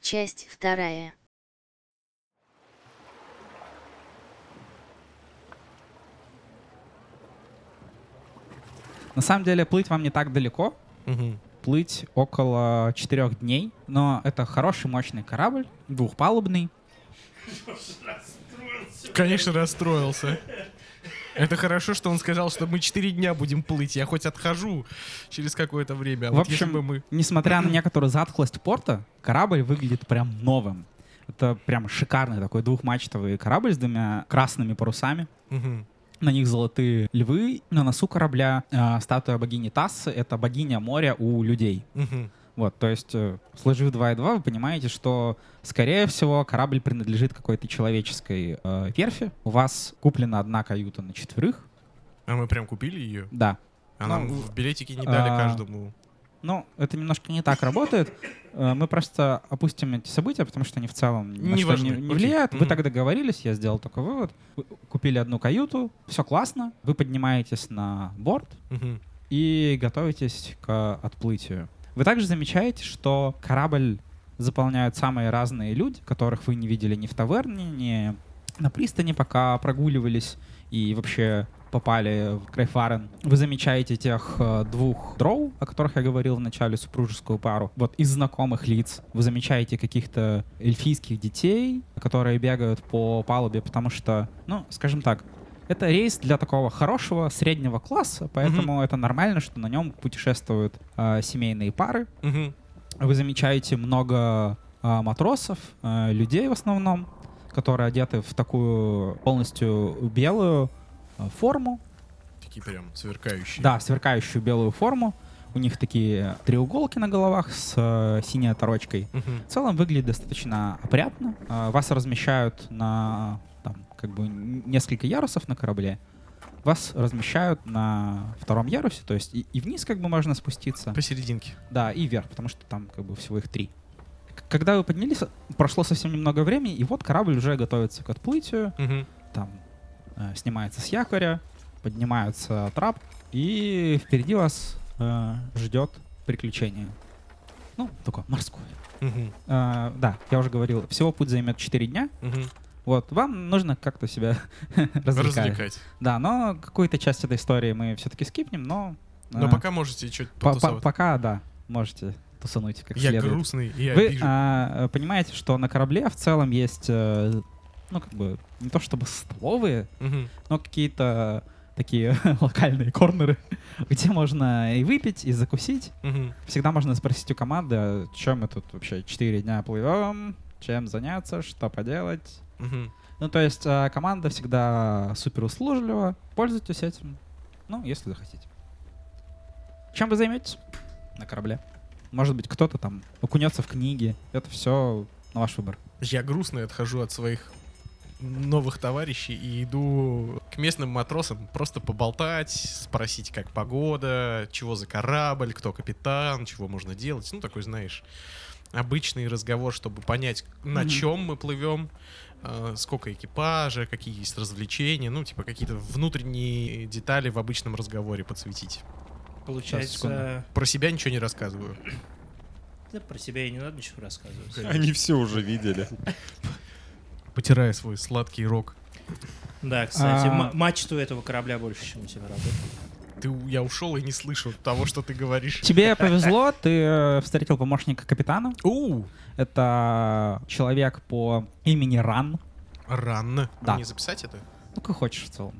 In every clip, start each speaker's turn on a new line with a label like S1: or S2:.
S1: Часть вторая.
S2: На самом деле плыть вам не так далеко,
S3: Мгм.
S2: плыть около четырех дней, но это хороший мощный корабль, двухпалубный.
S3: Конечно, расстроился. Это хорошо, что он сказал, что мы четыре дня будем плыть. Я хоть отхожу через какое-то время. А
S2: В
S3: вот если
S2: общем,
S3: бы мы...
S2: Несмотря на некоторую затхлость порта, корабль выглядит прям новым. Это прям шикарный такой двухмачтовый корабль с двумя красными парусами.
S3: Мгм.
S2: На них золотые львы, на носу корабля э, статуя богини Тассы. Это богиня моря у людей.
S3: Мгм.
S2: Вот, то есть, э, сложив 2 и 2, вы понимаете, что, скорее всего, корабль принадлежит какой-то человеческой э, верфи. У вас куплена одна каюта на четверых.
S3: А мы прям купили ее?
S2: Да.
S3: А нам
S2: Ну,
S3: в билетике не дали
S2: а,
S3: каждому.
S2: Ну, это немножко не так работает. Э, Мы просто опустим эти события, потому что они в целом ни на
S3: Не
S2: что
S3: важны.
S2: не, не
S3: Окей.
S2: влияют. Вы
S3: Мгм.
S2: так договорились, я сделал такой вывод. Вы купили одну каюту, все классно. Вы поднимаетесь на борт,
S3: Мгм.
S2: и готовитесь к отплытию. Вы также замечаете, что корабль заполняют самые разные люди, которых вы не видели ни в таверне, ни на пристани, пока прогуливались и вообще попали в Крейфарен. Вы замечаете тех э, двух дроу, о которых я говорил в начале, супружескую пару, вот из знакомых лиц. Вы замечаете каких-то эльфийских детей, которые бегают по палубе, потому что, ну, скажем так, это рейс для такого хорошего среднего класса, поэтому это нормально, что на нем путешествуют э, семейные пары.
S3: Мгм.
S2: Вы замечаете много э, матросов, э, людей в основном, которые одеты в такую полностью белую э, форму,
S3: Такие прям сверкающие.
S2: да, сверкающую белую форму. У них такие треуголки на головах с э, синей оторочкой.
S3: Мгм.
S2: В целом выглядит достаточно опрятно. Э, Вас размещают на там, как бы н- несколько ярусов на корабле. Вас размещают на втором ярусе, то есть и, и вниз как бы можно спуститься,
S3: Посерединке.
S2: да, и вверх, потому что там как бы всего их три. К- Когда вы поднялись, прошло совсем немного времени, и вот корабль уже готовится к отплытию
S3: Мгм.
S2: там э, снимается с якоря, поднимается трап, и впереди вас э, ждет приключение. Ну, такое морское.
S3: Мгм.
S2: Э, да, я уже говорил, всего путь займет 4 дня.
S3: Мгм.
S2: Вот, вам нужно как-то себя развлекать.
S3: Развлекать.
S2: Да, но какую-то часть этой истории мы все-таки скипнем, но... э,
S3: Но пока можете что-то
S2: по- по-
S3: потусовать.
S2: Пока, да, можете тусануть как
S3: Я
S2: следует.
S3: грустный и
S2: Вы
S3: обижен.
S2: а, э, понимаете, что на корабле в целом есть, э, ну, как бы, не то чтобы столовые,
S3: Мгм.
S2: но какие-то такие локальные корнеры, где можно и выпить, и закусить.
S3: Мгм.
S2: Всегда можно спросить у команды, а, чем мы тут вообще 4 дня плывем, чем заняться, что поделать.
S3: Мгм.
S2: Ну, то есть э, команда всегда супер услужлива. Пользуйтесь этим, ну, если захотите. Чем вы займетесь на корабле? Может быть, кто-то там окунется в книги. Это все на ваш выбор.
S3: Я грустно отхожу от своих новых товарищей и иду к местным матросам просто поболтать, спросить, как погода, чего за корабль, кто капитан, чего можно делать. Ну, такой, знаешь, обычный разговор, чтобы понять, на
S2: Мгм.
S3: чем мы плывем, э, сколько экипажа, какие есть развлечения, ну, типа какие-то внутренние детали в обычном разговоре подсветить.
S2: Щас,
S4: Получается,
S2: секунду.
S3: Про себя ничего не рассказываю.
S4: да, про себя и не надо ничего рассказывать.
S5: Они все уже видели.
S3: Потирая свой сладкий рог.
S4: Да, кстати,
S2: А.
S4: ма- мачту этого корабля больше, чем у тебя работает.
S3: Ты, у- я ушел и не слышу того, что ты говоришь.
S2: Тебе повезло, ты э, встретил помощника капитана.
S3: У,
S2: Это человек по имени Ран.
S3: рано.
S2: Да.
S3: Мне Ну, записать это?
S2: Ну, как хочешь в целом.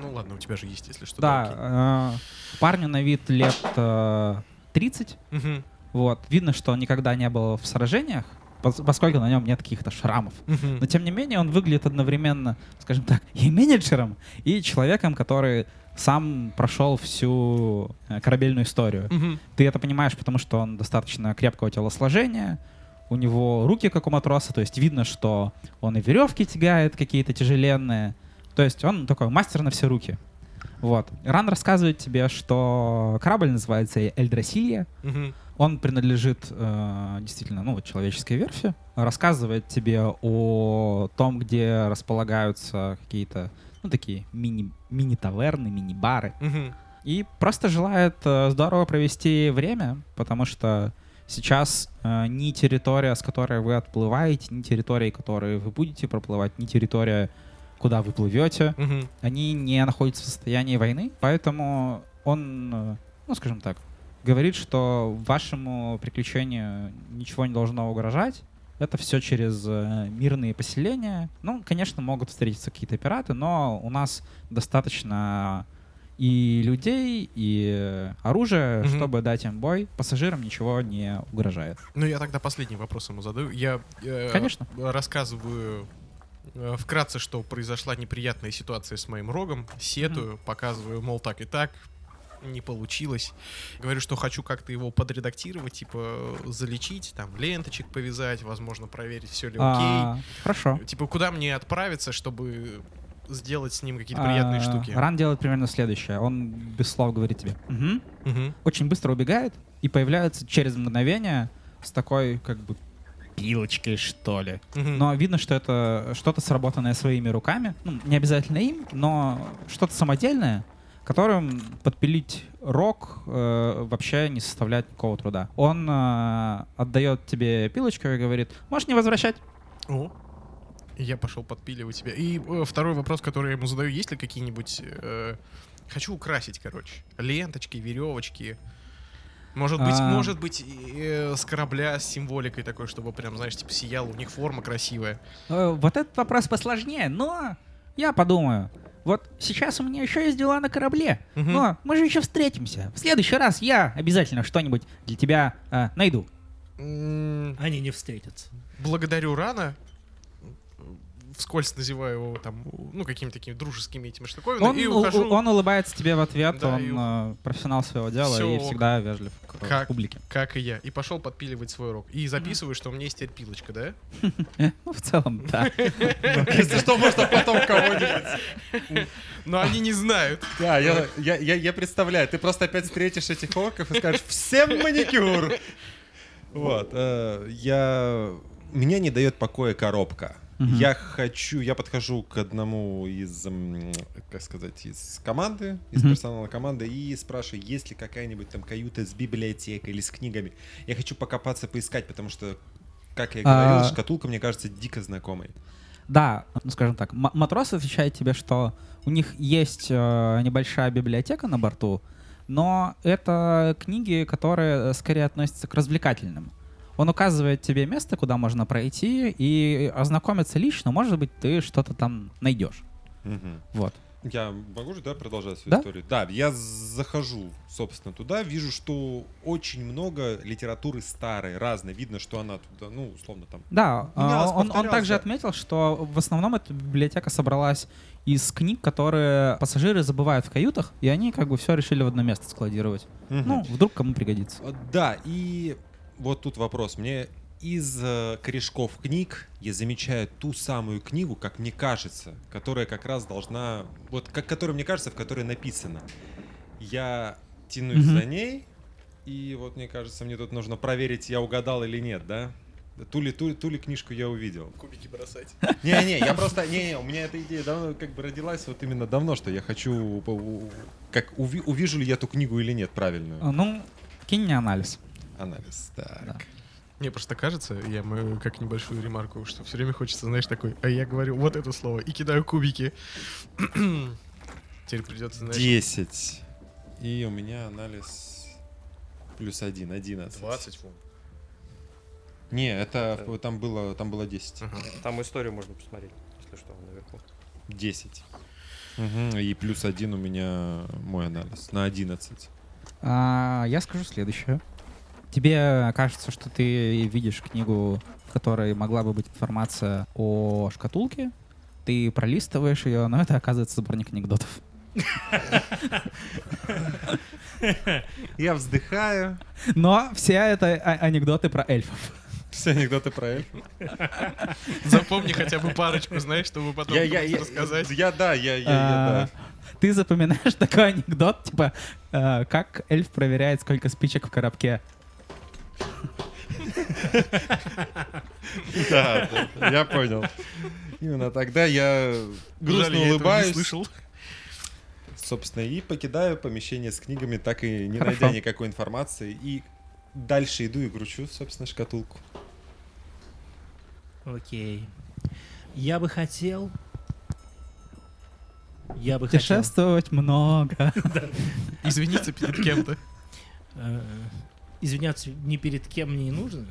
S3: Ну ладно, у тебя же есть, если что. окей.
S2: да, э, парню на вид лет э, 30.
S3: Мгм,
S2: Вот. Видно, что он никогда не был в сражениях, пос- поскольку на нем нет каких-то шрамов.
S3: мгм.
S2: Но тем не менее, он выглядит одновременно, скажем так, и менеджером, и человеком, который сам прошел всю э, корабельную историю.
S3: Мгм,
S2: Ты это понимаешь, потому что он достаточно крепкого телосложения, у него руки как у матроса, то есть видно, что он и веревки тягает какие-то тяжеленные. То есть он такой мастер на все руки. Вот. Ран рассказывает тебе, что корабль называется Эльдрасилия.
S3: мгм,
S2: Он принадлежит э, действительно ну, вот человеческой верфи. Рассказывает тебе о том, где располагаются какие-то ну, такие мини- мини-таверны, мини-бары
S3: мгм.
S2: и просто желает э, здорово провести время, потому что Сейчас э, ни территория, с которой вы отплываете, ни территория, которые вы будете проплывать, ни территория, куда вы плывете,
S3: Мгм.
S2: они не находятся в состоянии войны, поэтому он, э, ну, скажем так, говорит, что вашему приключению ничего не должно угрожать. Это все через э, мирные поселения. Ну, конечно, могут встретиться какие-то пираты, но у нас достаточно и людей, и оружия,
S3: Мгм.
S2: чтобы дать им бой. Пассажирам ничего не угрожает.
S3: Ну, я тогда последний вопрос ему задаю. Я э,
S2: Конечно.
S3: рассказываю э, вкратце, что произошла неприятная ситуация с моим рогом. Сетую, показываю, мол, так и так. Не получилось. Говорю, что хочу как-то его подредактировать, типа залечить, там ленточек повязать, возможно, проверить, все ли окей.
S2: А, хорошо.
S3: Типа, куда мне отправиться, чтобы сделать с ним какие-то
S2: А,
S3: приятные штуки?
S2: Ран делает примерно следующее. Он без слов говорит тебе. Мгм.
S3: Мгм.
S2: очень быстро убегает и появляется через мгновение с такой, как бы, пилочкой, что ли.
S3: Мгм.
S2: Но видно, что это что-то сработанное своими руками. Ну, не обязательно им, но что-то самодельное, которым подпилить рог э, вообще не составляет никакого труда. Он э, отдает тебе пилочку и говорит, можешь не возвращать.
S3: О. Я пошел подпиливать тебя. И э, второй вопрос, который я ему задаю, есть ли какие-нибудь... э, хочу украсить, короче. Ленточки, веревочки. Может быть,
S2: А.
S3: может быть, э, с корабля с символикой такой, чтобы прям, знаешь, типа сияла, у них форма красивая.
S2: Э, вот этот вопрос посложнее, но я подумаю. Вот сейчас у меня еще есть дела на корабле.
S3: Мгм.
S2: Но мы же еще встретимся. В следующий раз я обязательно что-нибудь для тебя э, найду.
S3: М,
S4: Они не встретятся.
S3: Благодарю Рана. Вскользь называю его там, ну, какими-то такими дружескими этими штуковинами.
S2: Он,
S3: и
S2: у-
S3: ухожу.
S2: у- он улыбается тебе в ответ,
S3: Да,
S2: он
S3: и
S2: э, профессионал своего дела
S3: Всё
S2: и
S3: ок.
S2: всегда вежлив к э,
S3: Как?
S2: публике.
S3: Как и я. И пошел подпиливать свой рог. И записываю, что у меня есть теперь пилочка, да?
S2: Ну, в целом, да.
S3: Если что, можно потом кого-нибудь. Но они не знают.
S1: Да, я, я, я, я представляю, ты просто опять встретишь этих орков и скажешь «Всем маникюр!» Вот, э, я... Меня не дает покоя коробка.
S2: Мгм.
S1: Я хочу, я подхожу к одному из, м, как сказать, из команды, из
S2: Мгм.
S1: персонала команды и спрашиваю, есть ли какая-нибудь там каюта с библиотекой или с книгами. Я хочу покопаться, поискать, потому что, как я говорил,
S2: А.
S1: шкатулка мне кажется дико знакомой.
S2: Да, ну скажем так, м- матрос отвечает тебе, что у них есть э, небольшая библиотека на борту, но это книги, которые э, скорее относятся к развлекательным. Он указывает тебе место, куда можно пройти и ознакомиться лично, может быть, ты что-то там найдешь.
S1: Мгм.
S2: Вот.
S1: Я могу же, да, продолжать свою
S2: Да?
S1: историю? Да, я захожу, собственно, туда, вижу, что очень много литературы старой, разной. Видно, что она туда, ну, условно, там...
S2: Да,
S1: Ну, я
S2: а,
S1: вас
S2: он, он
S1: повторял,
S2: также
S1: да.
S2: отметил, что в основном эта библиотека собралась из книг, которые пассажиры забывают в каютах, и они как бы все решили в одно место складировать. Ну, вдруг кому пригодится.
S1: Э, Да, и вот тут вопрос. Мне из э, корешков книг я замечаю ту самую книгу, как мне кажется, которая как раз должна... Вот, как, которая, мне кажется, в которой написано. Я тянусь
S2: Мгм.
S1: за ней, и вот, мне кажется, мне тут нужно проверить, я угадал или нет, да? Ту ли, ту ли, ту ли книжку я увидел.
S3: Кубики бросать.
S1: Не-не, я просто... Не-не, у меня эта идея давно как бы родилась, вот именно давно, что я хочу... по- у- Как уви- увижу ли я эту книгу или нет, правильную.
S2: А, Ну, кинь мне анализ.
S1: Анализ, так.
S2: Да.
S3: Мне просто кажется, я мою как небольшую ремарку, что все время хочется, знаешь, такой, а я говорю вот это слово и кидаю кубики. Теперь придется, знаешь,
S1: 10. И у меня анализ плюс 1, 11.
S3: фунтов.
S1: Не, это в- там было, там было 10.
S5: Там историю можно посмотреть, если что, наверху.
S1: 10. Мгм, И плюс 1 у меня мой анализ на 11.
S2: А, я скажу следующее. Тебе кажется, что ты видишь книгу, в которой могла бы быть информация о шкатулке. Ты пролистываешь ее, но это оказывается сборник анекдотов.
S1: Я вздыхаю.
S2: Но все это а- анекдоты про эльфов.
S1: Все анекдоты про эльф.
S3: Запомни хотя бы парочку, знаешь, чтобы потом
S1: Я, я,
S3: кому-то
S1: я,
S3: рассказать.
S1: я, да, я, я,
S2: А,
S1: я, да.
S2: Ты запоминаешь такой анекдот, типа, э, как эльф проверяет, сколько спичек в коробке.
S1: Да, да, я понял. Именно тогда я
S3: Жаль,
S1: грустно
S3: я этого не
S1: улыбаюсь.
S3: слышал.
S1: Собственно, и покидаю помещение с книгами, так и не
S2: Хорошо.
S1: найдя никакой информации. И дальше иду и кручу, собственно, шкатулку.
S4: Окей. Я бы хотел... Я бы хотел...
S2: Путешествовать много.
S3: Извиниться перед кем-то.
S4: Э, Извиняться ни перед кем мне не нужно.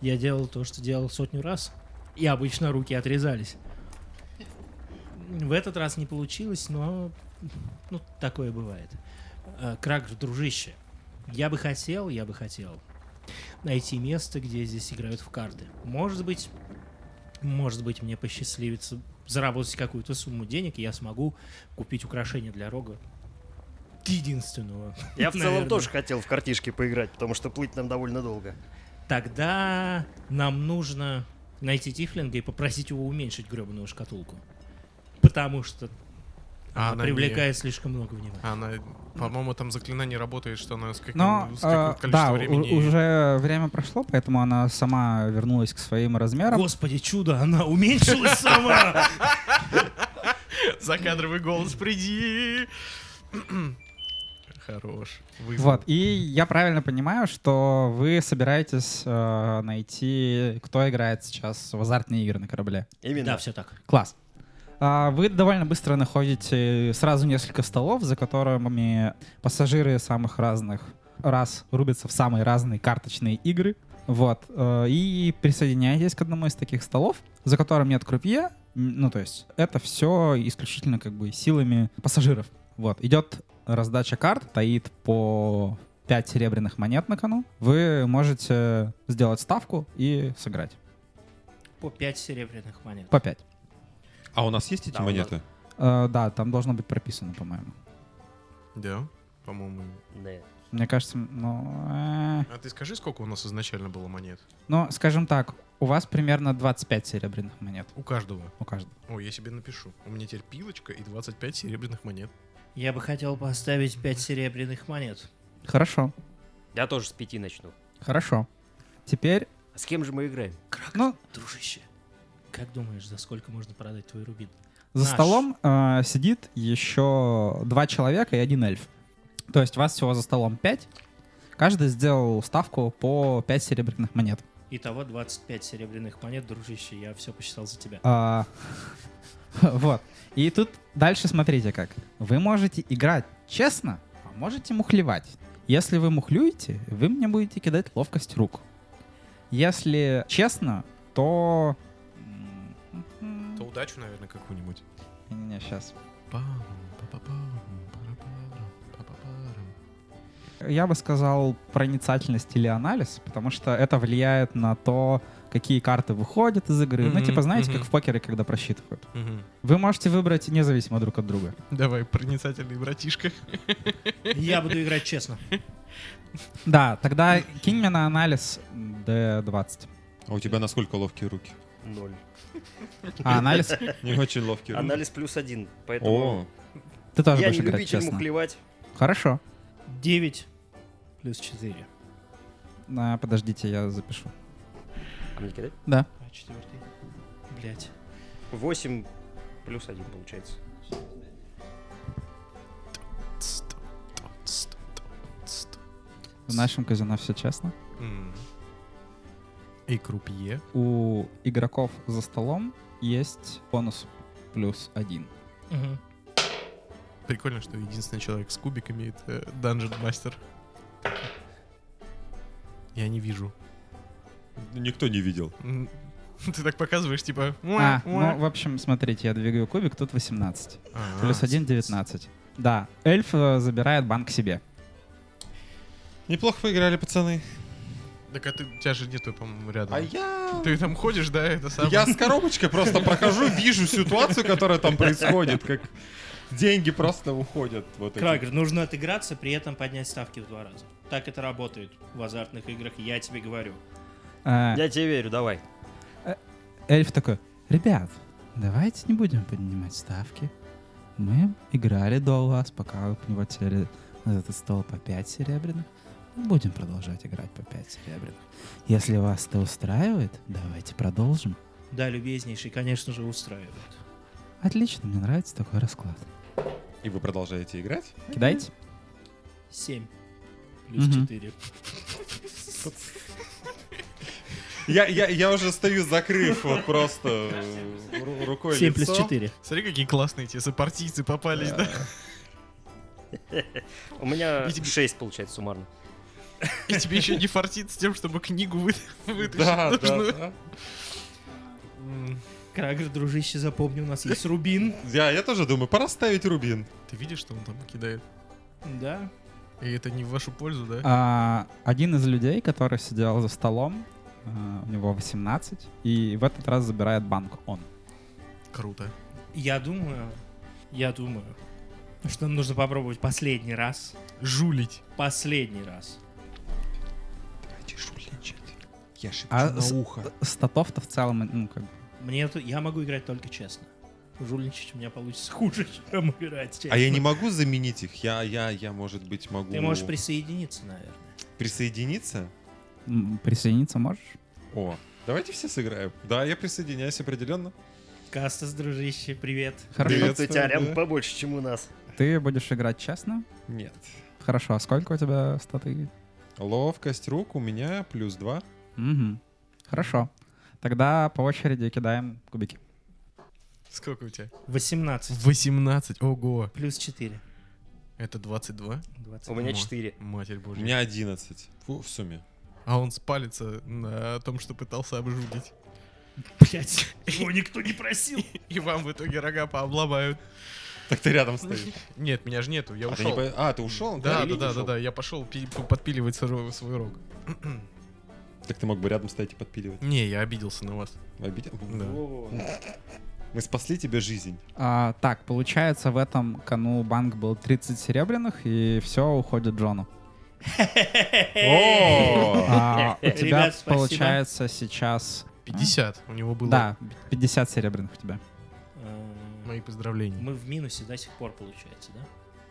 S4: Я делал то, что делал сотню раз. И обычно руки отрезались. В этот раз не получилось, но ну, такое бывает. Э, Крак, дружище, я бы хотел, я бы хотел найти место, где здесь играют в карты. Может быть, может быть, мне посчастливится заработать какую-то сумму денег, и я смогу купить украшение для рога. Единственного.
S6: Я в целом
S4: Наверное.
S6: тоже хотел в картишки поиграть, потому что плыть нам довольно долго.
S4: Тогда нам нужно найти Тифлинга и попросить его уменьшить гребаную шкатулку. Потому что
S3: А
S4: она
S3: не-
S4: привлекает слишком много внимания.
S3: Она, по-моему, там заклинание работает, что она с каким-
S2: Но,
S3: с
S2: э,
S3: каким-то
S2: да,
S3: количеством
S2: у-
S3: времени...
S2: уже время прошло, поэтому она сама вернулась к своим размерам.
S4: Господи, чудо, она уменьшилась сама!
S3: Закадровый голос, приди! Хорош. вызвал.
S2: Вот, и я правильно понимаю, что вы собираетесь э, найти, кто играет сейчас в азартные игры на корабле.
S6: Именно.
S4: Да, все так.
S2: Класс. А Вы довольно быстро находите сразу несколько столов, за которыми пассажиры самых разных раз рубятся в самые разные карточные игры. Вот. э, И присоединяетесь к одному из таких столов, за которым нет крупье. М, Ну, то есть это все исключительно как бы силами пассажиров. Вот. Идет раздача карт, стоит по 5 серебряных монет на кону. Вы можете сделать ставку и сыграть.
S4: По 5 серебряных монет.
S2: По 5.
S1: А у нас есть эти
S5: Да, у нас-
S1: монеты?
S2: Э, да, там должно быть прописано, по-моему.
S3: Да, по-моему.
S6: Да.
S2: Мне кажется, ну... э,
S3: А ты скажи, сколько у нас изначально было монет?
S2: ну, скажем так, у вас примерно 25 серебряных монет
S3: У каждого.
S2: у каждого.
S3: О, я себе напишу. У меня теперь пилочка и 25 серебряных монет.
S4: Я бы хотел поставить 5 серебряных монет.
S2: Хорошо,
S5: Я тоже с пяти начну.
S2: хорошо. Теперь,
S5: А с кем же мы играем?
S2: ну,
S4: Дружище, как думаешь, за сколько можно продать твой рубин?
S2: за
S4: Наш.
S2: столом э, сидит еще два человека и один эльф. То есть вас всего за столом 5. Каждый сделал ставку по 5 серебряных монет.
S4: Итого 25 серебряных монет, дружище, я все посчитал за тебя.
S2: А, Вот. И тут дальше смотрите как. Вы можете играть честно, а можете мухлевать. Если вы мухлюете, вы мне будете кидать ловкость рук. Если честно, то...
S3: То удачу, наверное, какую-нибудь.
S2: Не-не-не, сейчас.
S3: Пам, па-па-пам, пара-парам, па-па-парам.
S2: Я бы сказал проницательность или анализ, потому что это влияет на то, какие карты выходят из игры. Ну,
S3: Мгм,
S2: типа, знаете,
S3: мгм.
S2: как в покере, когда просчитывают.
S3: Мгм.
S2: Вы можете выбрать независимо друг от друга.
S3: Давай, проницательный братишка.
S4: Я буду играть честно.
S2: Да, тогда кинь мне на анализ D20.
S1: А у тебя насколько ловкие руки?
S6: Ноль.
S2: А анализ?
S1: Не очень ловкие руки.
S6: Анализ плюс один. Поэтому
S1: О,
S2: Ты тоже
S6: я
S2: будешь
S6: не
S2: играть
S6: любитель
S2: честно.
S6: мухлевать.
S2: Хорошо.
S4: 9 плюс 4.
S2: А, подождите, я запишу.
S5: А мне кидать?
S4: А четвертый? Блять.
S6: 8 плюс один получается.
S2: В нашем казино все честно.
S3: М. И крупье.
S2: У игроков за столом есть бонус плюс один.
S3: Прикольно, что единственный человек с кубиками это Dungeon Master. Я не вижу.
S1: никто не видел.
S3: М, Ты так показываешь, типа...
S2: А, ну, в общем, смотрите, я двигаю кубик, тут 18.
S3: А,
S2: Плюс один 19. Да, эльф э, забирает банк себе.
S1: Неплохо поиграли, пацаны.
S3: Так а ты, у тебя же нету, по-моему, рядом.
S1: А я...
S3: Ты там ходишь, да, это самое?
S1: Я с коробочкой просто прохожу, вижу ситуацию, которая там происходит, как деньги просто уходят. Вот эти.
S4: Крагер, нужно отыграться, при этом поднять ставки в два раза. Так это работает в азартных играх, я тебе говорю.
S2: Э,
S6: Я тебе верю, давай.
S2: Эльф такой, ребят, давайте не будем поднимать ставки. Мы играли до вас, пока вы плеватели на этот стол по 5 серебряных. Мы будем продолжать играть по 5 серебряных. Если вас это устраивает, давайте продолжим.
S4: Да, любезнейший, конечно же, устраивает.
S2: Отлично, мне нравится такой расклад.
S1: И вы продолжаете играть?
S2: Кидайте.
S4: 7 плюс
S2: Мгм.
S4: 4.
S1: Я, я, я уже стою, закрыв вот просто э, ру- рукой
S4: 7 плюс
S1: лицо.
S4: 4.
S3: Смотри, какие классные тебе сопартийцы попались, да?
S6: У меня
S1: Э,
S3: И тебе-
S6: 6 получается суммарно.
S3: И тебе еще не фартит с тем, чтобы книгу вы- вытащить
S1: Да, да,
S3: нужную.
S1: да.
S3: М,
S4: Крагер, дружище, запомни, у нас есть рубин.
S1: Я, я тоже думаю, пора ставить рубин.
S3: Ты видишь, что он там кидает?
S4: Да.
S3: И это не в вашу пользу, да?
S2: А, один из людей, который сидел за столом, а, у него 18, и в этот раз забирает банк он.
S3: Круто.
S4: Я думаю, я думаю, что нам нужно попробовать последний раз.
S3: Жулить.
S4: Последний раз.
S1: Я шепчу
S2: А
S1: на
S2: с-
S1: ухо.
S2: Статов-то в целом, ну, как бы,
S4: Мне это, я могу играть только честно. Жульничать у меня получится хуже, чем играть честно.
S1: А я не могу заменить их. Я, я, я, может быть, могу
S4: Ты можешь присоединиться, наверное.
S1: присоединиться.
S2: м, присоединиться можешь?
S1: О, давайте все сыграем. Да, я присоединяюсь определенно.
S4: Кастас, дружище, привет.
S2: Хорошо.
S1: Привет.
S6: Вот у тебя
S1: да.
S6: рям побольше, чем у нас.
S2: Ты будешь играть честно?
S1: Нет.
S2: Хорошо, а сколько у тебя статы?
S1: Ловкость рук у меня плюс два.
S2: Мгм. Хорошо. Тогда по очереди кидаем кубики.
S3: Сколько у тебя?
S4: 18
S3: 18. Ого.
S4: плюс 4.
S3: Это 22?
S4: 20.
S6: У меня
S3: Ого.
S6: 4.
S3: Матерь
S1: У
S3: божья.
S1: меня 11. Фу, в сумме.
S3: А он спалится на том, что пытался обжудить.
S4: Блять, его никто не просил.
S3: И вам в итоге рога пообломают.
S1: Так ты рядом стоишь.
S3: Нет, меня же нету, я
S1: А, ты
S3: ушел.
S1: не по- а, ты ушел?
S3: Да, да,
S6: Или
S3: да, да,
S6: ушел.
S3: да, я пошел пи- п- подпиливать свой, свой рог.
S1: Так ты мог бы рядом стоять и подпиливать.
S3: Не, я обиделся на вас.
S1: Обидел?
S3: Да.
S1: Ну, Мы спасли тебе жизнь.
S2: А, так, получается, в этом кону банк был 30 серебряных, и все уходит Джону.
S1: О!
S2: А, у тебя,
S4: Ребят, спасибо.
S2: получается,
S1: а?
S2: сейчас...
S3: 50 у него было.
S2: Да, 50 серебряных у тебя.
S4: Эм,
S3: Мои поздравления.
S4: Мы в минусе до сих пор, получается, да?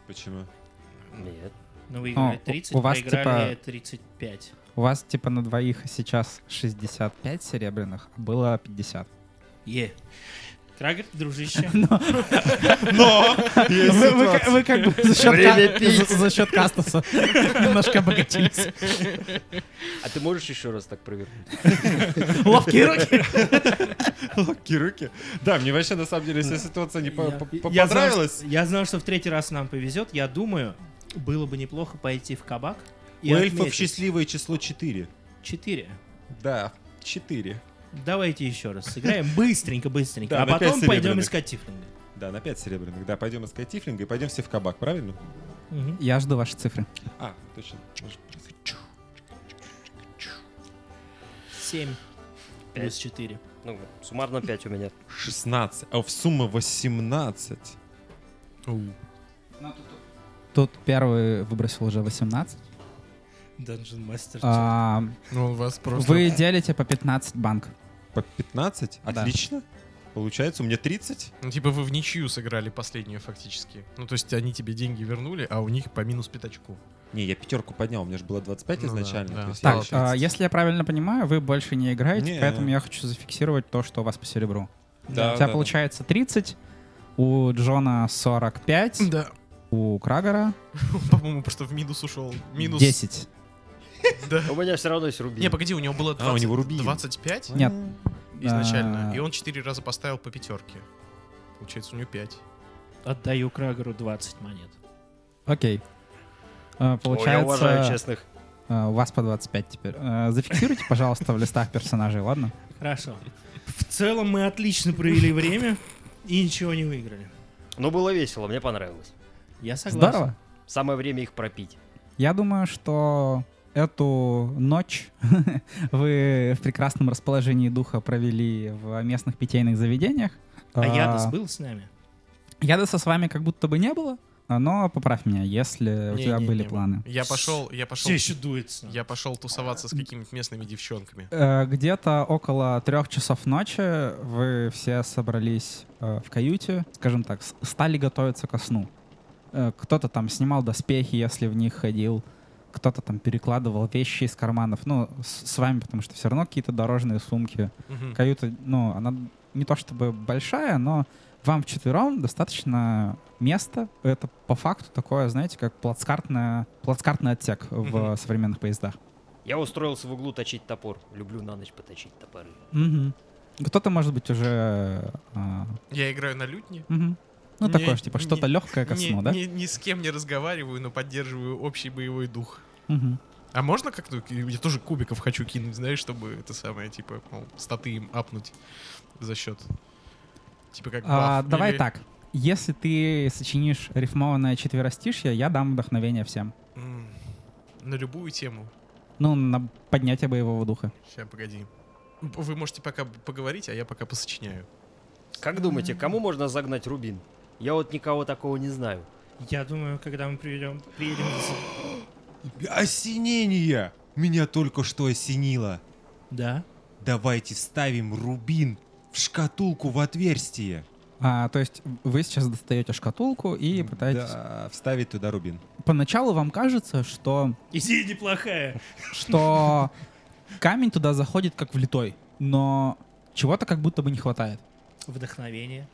S1: Почему?
S6: Нет.
S4: Ну, вы
S2: О,
S4: играли
S2: А, у-
S4: 30,
S2: у вас, типа
S4: проиграли 35.
S2: У вас, типа, на двоих сейчас 65 серебряных, а было 50.
S4: Е. Крагер, дружище,
S1: Но! Есть
S2: Вы, вы как-
S1: ситуация.
S2: вы как бы за счет,
S6: Время
S2: ка-
S6: пить.
S2: за- за счет Кастаса немножко обогатились.
S6: А ты можешь еще раз так провернуть?
S2: Ловкие руки.
S1: Руки-руки. Да, мне вообще на самом деле вся ситуация не по-
S4: Я-
S1: по- по-
S4: я знал,
S1: понравилась.
S4: что- Я знал, что в третий раз нам повезет. Я думаю, было бы неплохо пойти в кабак.
S1: У
S4: И
S1: эльфов
S4: отметить.
S1: счастливое число 4.
S4: 4.
S1: Да, 4.
S4: Давайте еще раз сыграем. Быстренько, быстренько.
S1: Да,
S4: а
S1: на пять
S4: потом пойдем
S1: серебряных.
S4: искать Тифлинга.
S1: Да, на 5 серебряных. Да, пойдем искать тифлинга и пойдем все в кабак, правильно?
S4: Мгм.
S2: Я жду ваши цифры.
S1: А, точно.
S4: Семь плюс четыре.
S6: Ну, суммарно 5 у меня.
S1: 16. А в сумме 18. Ну.
S3: Оу.
S2: Тут первый выбросил уже 18.
S4: Dungeon Master.
S2: А,
S3: Ну, у вас просто...
S2: Вы делите по 15 банк.
S1: По 15?
S2: Да.
S1: Отлично. Получается, у меня 30.
S3: Ну, типа вы в ничью сыграли последнюю фактически. Ну, то есть они тебе деньги вернули, а у них по минус пятачку.
S1: Не, я пятерку поднял, у меня же было 25
S3: Ну да,
S1: изначально.
S3: да.
S1: то есть я
S2: Так,
S1: еще-
S2: а, если я правильно понимаю, вы больше не играете,
S1: Не.
S2: поэтому я хочу зафиксировать то, что у вас по серебру.
S1: Да,
S2: у тебя
S1: да,
S2: получается 30, у Джона 45,
S3: Да.
S2: у Крагера
S3: Он, по-моему, просто в минус ушел. Минус...
S2: 10.
S3: Да.
S6: У меня все равно есть рубин.
S3: Не, погоди, у него было 20,
S1: А, у него рубин.
S3: 25
S2: Нет.
S3: изначально,
S2: А.
S3: и он 4 раза поставил по пятерке. Получается, у него 5.
S4: Отдаю Крагеру 20 монет.
S2: Окей. А,
S6: О, я уважаю
S2: Получается,
S6: честных.
S2: а, у вас по 25 теперь. А, Зафиксируйте, пожалуйста, в листах персонажей, ладно?
S4: Хорошо. В целом мы отлично провели время и ничего не выиграли.
S6: Но было весело, мне понравилось.
S4: Я согласен.
S2: Здорово.
S6: Самое время их пропить.
S2: Я думаю, что эту ночь вы в прекрасном расположении духа провели в местных питейных заведениях.
S4: А Ядос был с нами?
S2: Ядоса с вами как будто бы не было, но поправь меня, если у
S3: Не,
S2: тебя
S3: не,
S2: были
S3: не.
S2: планы.
S3: Я пошел, я пошел,
S4: Все еще дует с нами.
S3: я пошел тусоваться с какими-то местными девчонками.
S2: Э, Где-то около трех часов ночи вы все собрались э, в каюте, скажем так, с- стали готовиться ко сну. Э, Кто-то там снимал доспехи, если в них ходил, кто-то там перекладывал вещи из карманов, ну, с с вами, потому что все равно какие-то дорожные сумки.
S3: Мгм.
S2: Каюта, ну, она не то чтобы большая, но вам вчетвером достаточно места. Это по факту такое, знаете, как плацкартная, плацкартный отсек в
S3: Мгм.
S2: современных поездах.
S6: Я устроился в углу точить топор. Люблю на ночь поточить топоры.
S2: Мгм. Кто-то, может быть, уже... а,
S3: Я играю на лютне.
S2: мгм. Ну,
S3: Не-
S2: такое же, типа,
S3: не-
S2: что-то легкое ко
S3: ни,
S2: сну, да?
S3: ни- ни с кем не разговариваю, но поддерживаю общий боевой дух.
S2: Мгм.
S3: А можно как-то... Я тоже кубиков хочу кинуть, знаешь, чтобы это самое, типа, мол, статы им апнуть за счет... Типа как
S2: А,
S3: баф
S2: Давай
S3: или-
S2: так. Если ты сочинишь рифмованное четверостишье, я дам вдохновение всем.
S3: М, На любую тему.
S2: Ну, на поднятие боевого духа.
S3: Сейчас, погоди. П- Вы можете пока поговорить, а я пока посочиняю.
S6: Как думаете, кому можно загнать рубин? Я вот никого такого не знаю.
S4: Я думаю, когда мы приедем, приедем из-
S1: Осенение! Меня только что осенило.
S4: Да.
S1: Давайте вставим рубин в шкатулку в отверстие.
S2: А, то есть вы сейчас достаете шкатулку и пытаетесь...
S1: Да, А, вставить туда рубин.
S2: Поначалу вам кажется, что,
S4: Идея неплохая.
S2: что камень туда заходит как влитой, но чего-то как будто бы не хватает.
S4: Вдохновение.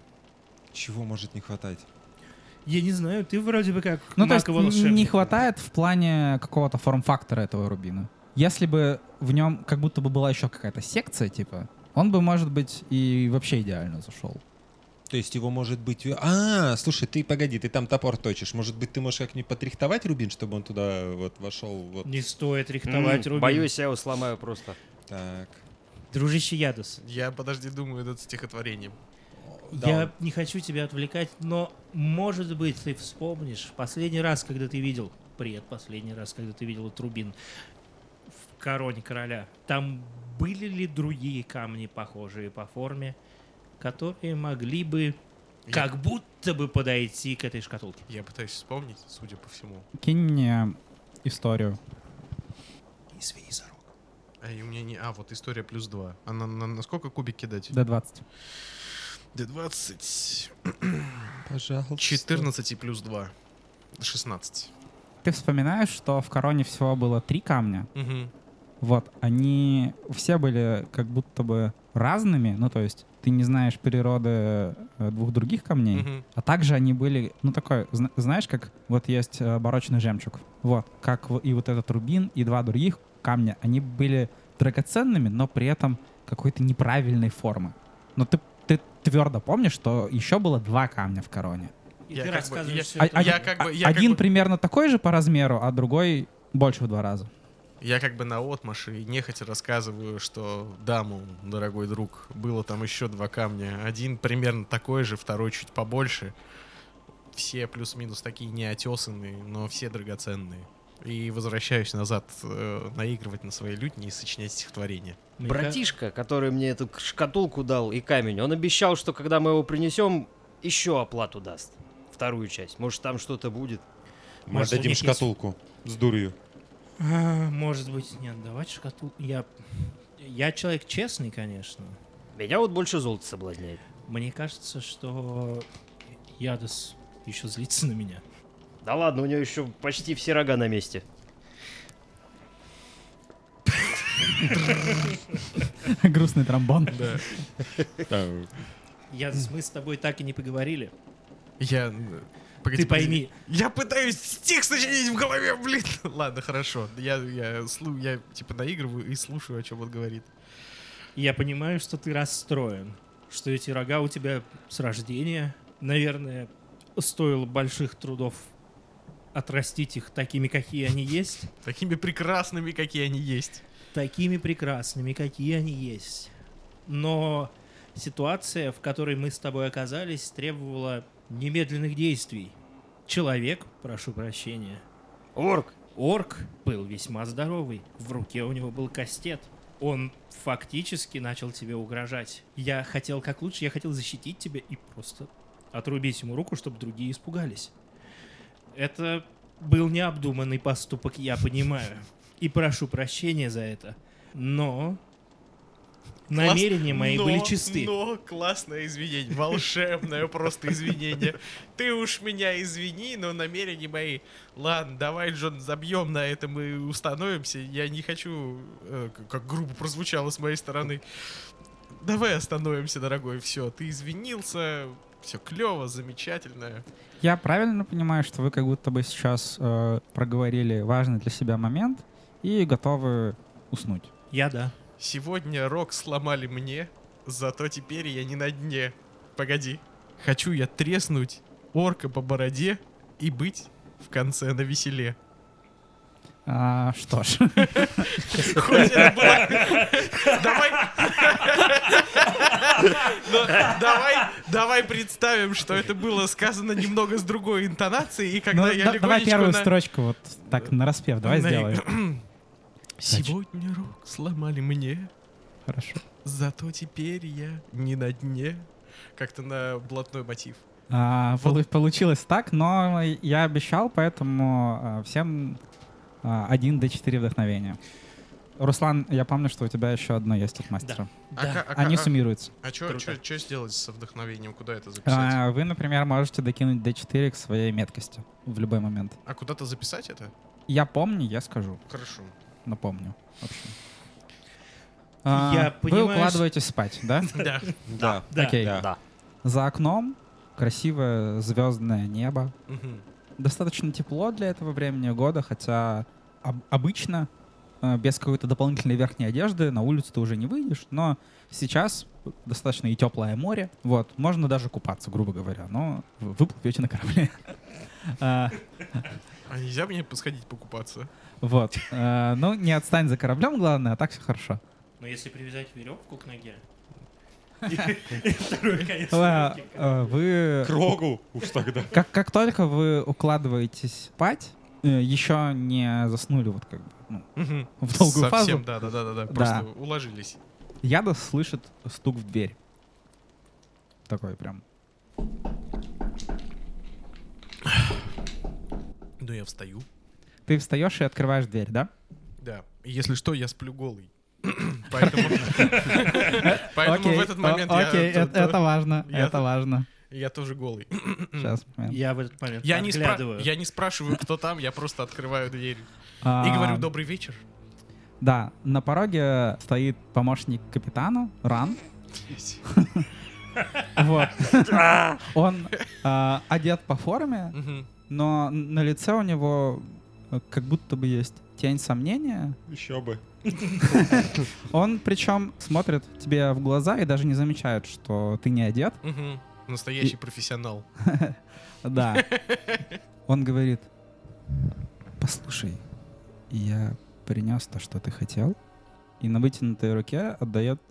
S1: Чего может не хватать?
S4: Я не знаю, ты вроде бы как
S2: Ну, то есть
S4: волшебник.
S2: не хватает в плане какого-то форм-фактора этого рубина. Если бы в нем как будто бы была еще какая-то секция, типа, он бы, может быть, и вообще идеально зашел.
S1: То есть его может быть... А, слушай, ты погоди, ты там топор точишь. Может быть, ты можешь как-нибудь потрихтовать рубин, чтобы он туда вот вошел? Вот
S4: Не стоит рихтовать
S6: М,
S4: рубин.
S6: Боюсь, я его сломаю просто.
S1: так.
S4: Дружище Ядос,
S3: Я, подожди, думаю над стихотворением.
S1: Да,
S4: я не хочу тебя отвлекать, но, может быть, ты вспомнишь в последний раз, когда ты видел, привет, последний раз, когда ты видел этот рубин в короне короля, там были ли другие камни, похожие по форме, которые могли бы
S3: Я-
S4: как будто бы подойти к этой шкатулке?
S3: Я пытаюсь вспомнить, судя по всему.
S2: Кинь мне историю.
S4: Извини за руку.
S3: А и у меня не... А, вот история плюс два. А на, на- на сколько кубик кидать?
S2: D20.
S3: Д20.
S1: Пожалуйста.
S3: 14 и плюс 2. 16.
S2: Ты вспоминаешь, что в короне всего было три камня.
S3: Угу.
S2: Вот, они все были как будто бы разными, ну то есть ты не знаешь природы э, двух других камней, а также они были, ну такой, зна- знаешь, как вот есть э, барочный жемчуг, вот, как в- и вот этот рубин, и два других камня, они были драгоценными, но при этом какой-то неправильной формы. Но ты, ты твердо помнишь, что еще было два камня в короне.
S4: И
S3: Я как
S4: ты
S3: бы-
S4: рассказываешь
S3: я-
S4: всё
S2: А-
S4: это
S2: а-
S4: мне.
S3: я как бы- я как
S2: Один
S3: бы-
S2: примерно такой же по размеру, а другой больше в два раза.
S3: Я как бы на отмаши и нехотя рассказываю, что даму, дорогой друг, было там еще два камня. Один примерно такой же, второй чуть побольше. Все плюс-минус такие неотесанные, но все драгоценные. И возвращаюсь назад э, наигрывать на своей лютне и сочинять стихотворение.
S4: Мне
S6: Братишка, который мне эту к- шкатулку дал и камень, он обещал, что когда мы его принесем, еще оплату даст. Вторую часть. Может, там что-то будет.
S1: Мы
S4: Может, у
S1: отдадим
S4: них есть-
S1: шкатулку с дурью.
S4: А, Может быть, не отдавать шкатулку. Я... я человек честный, конечно.
S6: Меня вот больше золото соблазняет.
S4: Мне кажется, что Ядос еще злится на меня.
S6: Да ладно, у него еще почти все рога на месте.
S2: Грустный тромбон.
S1: Да.
S4: Ядос, мы с тобой так и не поговорили.
S3: Я... э, погоди,
S4: Ты пойми.
S3: погоди. Я пытаюсь стих сочинить в голове, блин. Ладно, хорошо. Я, я, слу- я типа наигрываю и слушаю, о чем он говорит.
S4: Я понимаю, что ты расстроен, что эти рога у тебя с рождения. Наверное, стоило больших трудов отрастить их такими, какие они есть,
S3: Такими прекрасными, какие они есть.
S4: такими прекрасными, какие они есть. Но ситуация, в которой мы с тобой оказались, требовала немедленных действий. Человек, прошу прощения,
S6: Орк,
S4: Орк был весьма здоровый. В руке у него был кастет. Он фактически начал тебе угрожать. Я хотел как лучше, я хотел защитить тебя и просто отрубить ему руку, чтобы другие испугались. Это был необдуманный поступок, я понимаю. И прошу прощения за это. Но намерения мои
S3: Но-
S4: были чисты.
S3: Но классное извинение, волшебное просто извинение. Ты уж меня извини, но намерения мои. Ладно, давай, Джон, забьем на этом и установимся. Я не хочу, э, к- как грубо прозвучало с моей стороны. Давай остановимся, дорогой. Все, ты извинился. Все клево, замечательно.
S2: Я правильно понимаю, что вы как будто бы сейчас э, проговорили важный для себя момент, и готовы уснуть.
S4: Я да.
S3: Сегодня рок сломали мне, зато теперь я не на дне. Погоди. Хочу я треснуть орка по бороде и быть в конце на веселе.
S2: А, что ж,
S3: Хоть это было... Давай... Но давай, давай представим, что это было сказано немного с другой интонацией, и когда
S2: Ну,
S3: я
S2: да-
S3: легонечко
S2: давай первую
S3: на-
S2: строчку вот так на распев, давай
S3: на-
S2: сделаем.
S3: Сегодня рок сломали мне,
S2: Хорошо.
S3: зато теперь я не на дне. Как-то на блатной мотив.
S2: А,
S3: Вот.
S2: полу- Получилось так, но я обещал, поэтому а, всем а, 1 D4 вдохновения. Руслан, я помню, что у тебя еще одно есть от мастера.
S4: Да.
S3: ка- ка-
S2: Они
S3: а-
S2: суммируются.
S3: А
S4: Круто.
S3: что сделать со вдохновением? Куда это записать?
S2: А, Вы, например, можете докинуть D4 к своей меткости в любой момент.
S3: А куда-то записать это?
S2: Я помню, я скажу.
S3: Хорошо.
S2: Напомню. в общем.
S4: Я
S2: А,
S4: понимаю,
S2: Вы
S4: что-
S2: укладываетесь спать, да?
S3: Да.
S1: Да.
S4: Да.
S2: Окей.
S1: Да.
S5: Да.
S2: За окном красивое звездное небо. Достаточно тепло для этого времени года, хотя об- обычно э, без какой-то дополнительной верхней одежды на улицу ты уже не выйдешь, но сейчас достаточно и теплое море. Вот, можно даже купаться, грубо говоря, но вы вы плывете на корабле. А,
S3: А нельзя мне сходить покупаться?
S2: Вот. Э, Ну, не отстань за кораблем, главное, а так все хорошо.
S4: Но если привязать веревку к ноге... и Второй конец
S2: Э,
S4: веревки к ноге.
S2: э, Вы
S1: К Рогу уж тогда.
S2: Как, как только вы укладываетесь спать, еще не заснули вот как бы ну, в долгую фазу,
S3: Совсем, да, да, да, да,
S2: Да.
S3: да. Просто уложились.
S2: Яда слышит стук в дверь. Такой прям.
S3: Ну я встаю.
S2: Ты встаешь и открываешь дверь, да?
S3: Да. Если что, я сплю голый. Поэтому поэтому в этот
S2: о-
S3: момент
S2: окей,
S3: я
S2: это, это
S3: то-
S2: важно,
S3: я- М-м.
S2: это важно.
S3: я тоже голый.
S2: Сейчас. момент.
S4: Я в этот момент
S3: Я не спра-
S4: подглядываю.
S3: я не спрашиваю, кто там, я просто открываю дверь и
S2: А,
S3: говорю «добрый вечер».
S2: Да, на пороге стоит помощник капитана Ран. Вот. Он а, одет по форме,
S3: Мгм.
S2: но на лице у него э, как будто бы есть тень сомнения.
S1: Еще бы.
S2: Он причем смотрит тебе в глаза и даже не замечает, что ты не одет.
S3: Мгм. Настоящий профессионал.
S2: Да. Он говорит, послушай, я принес то, что ты хотел. И на вытянутой руке отдает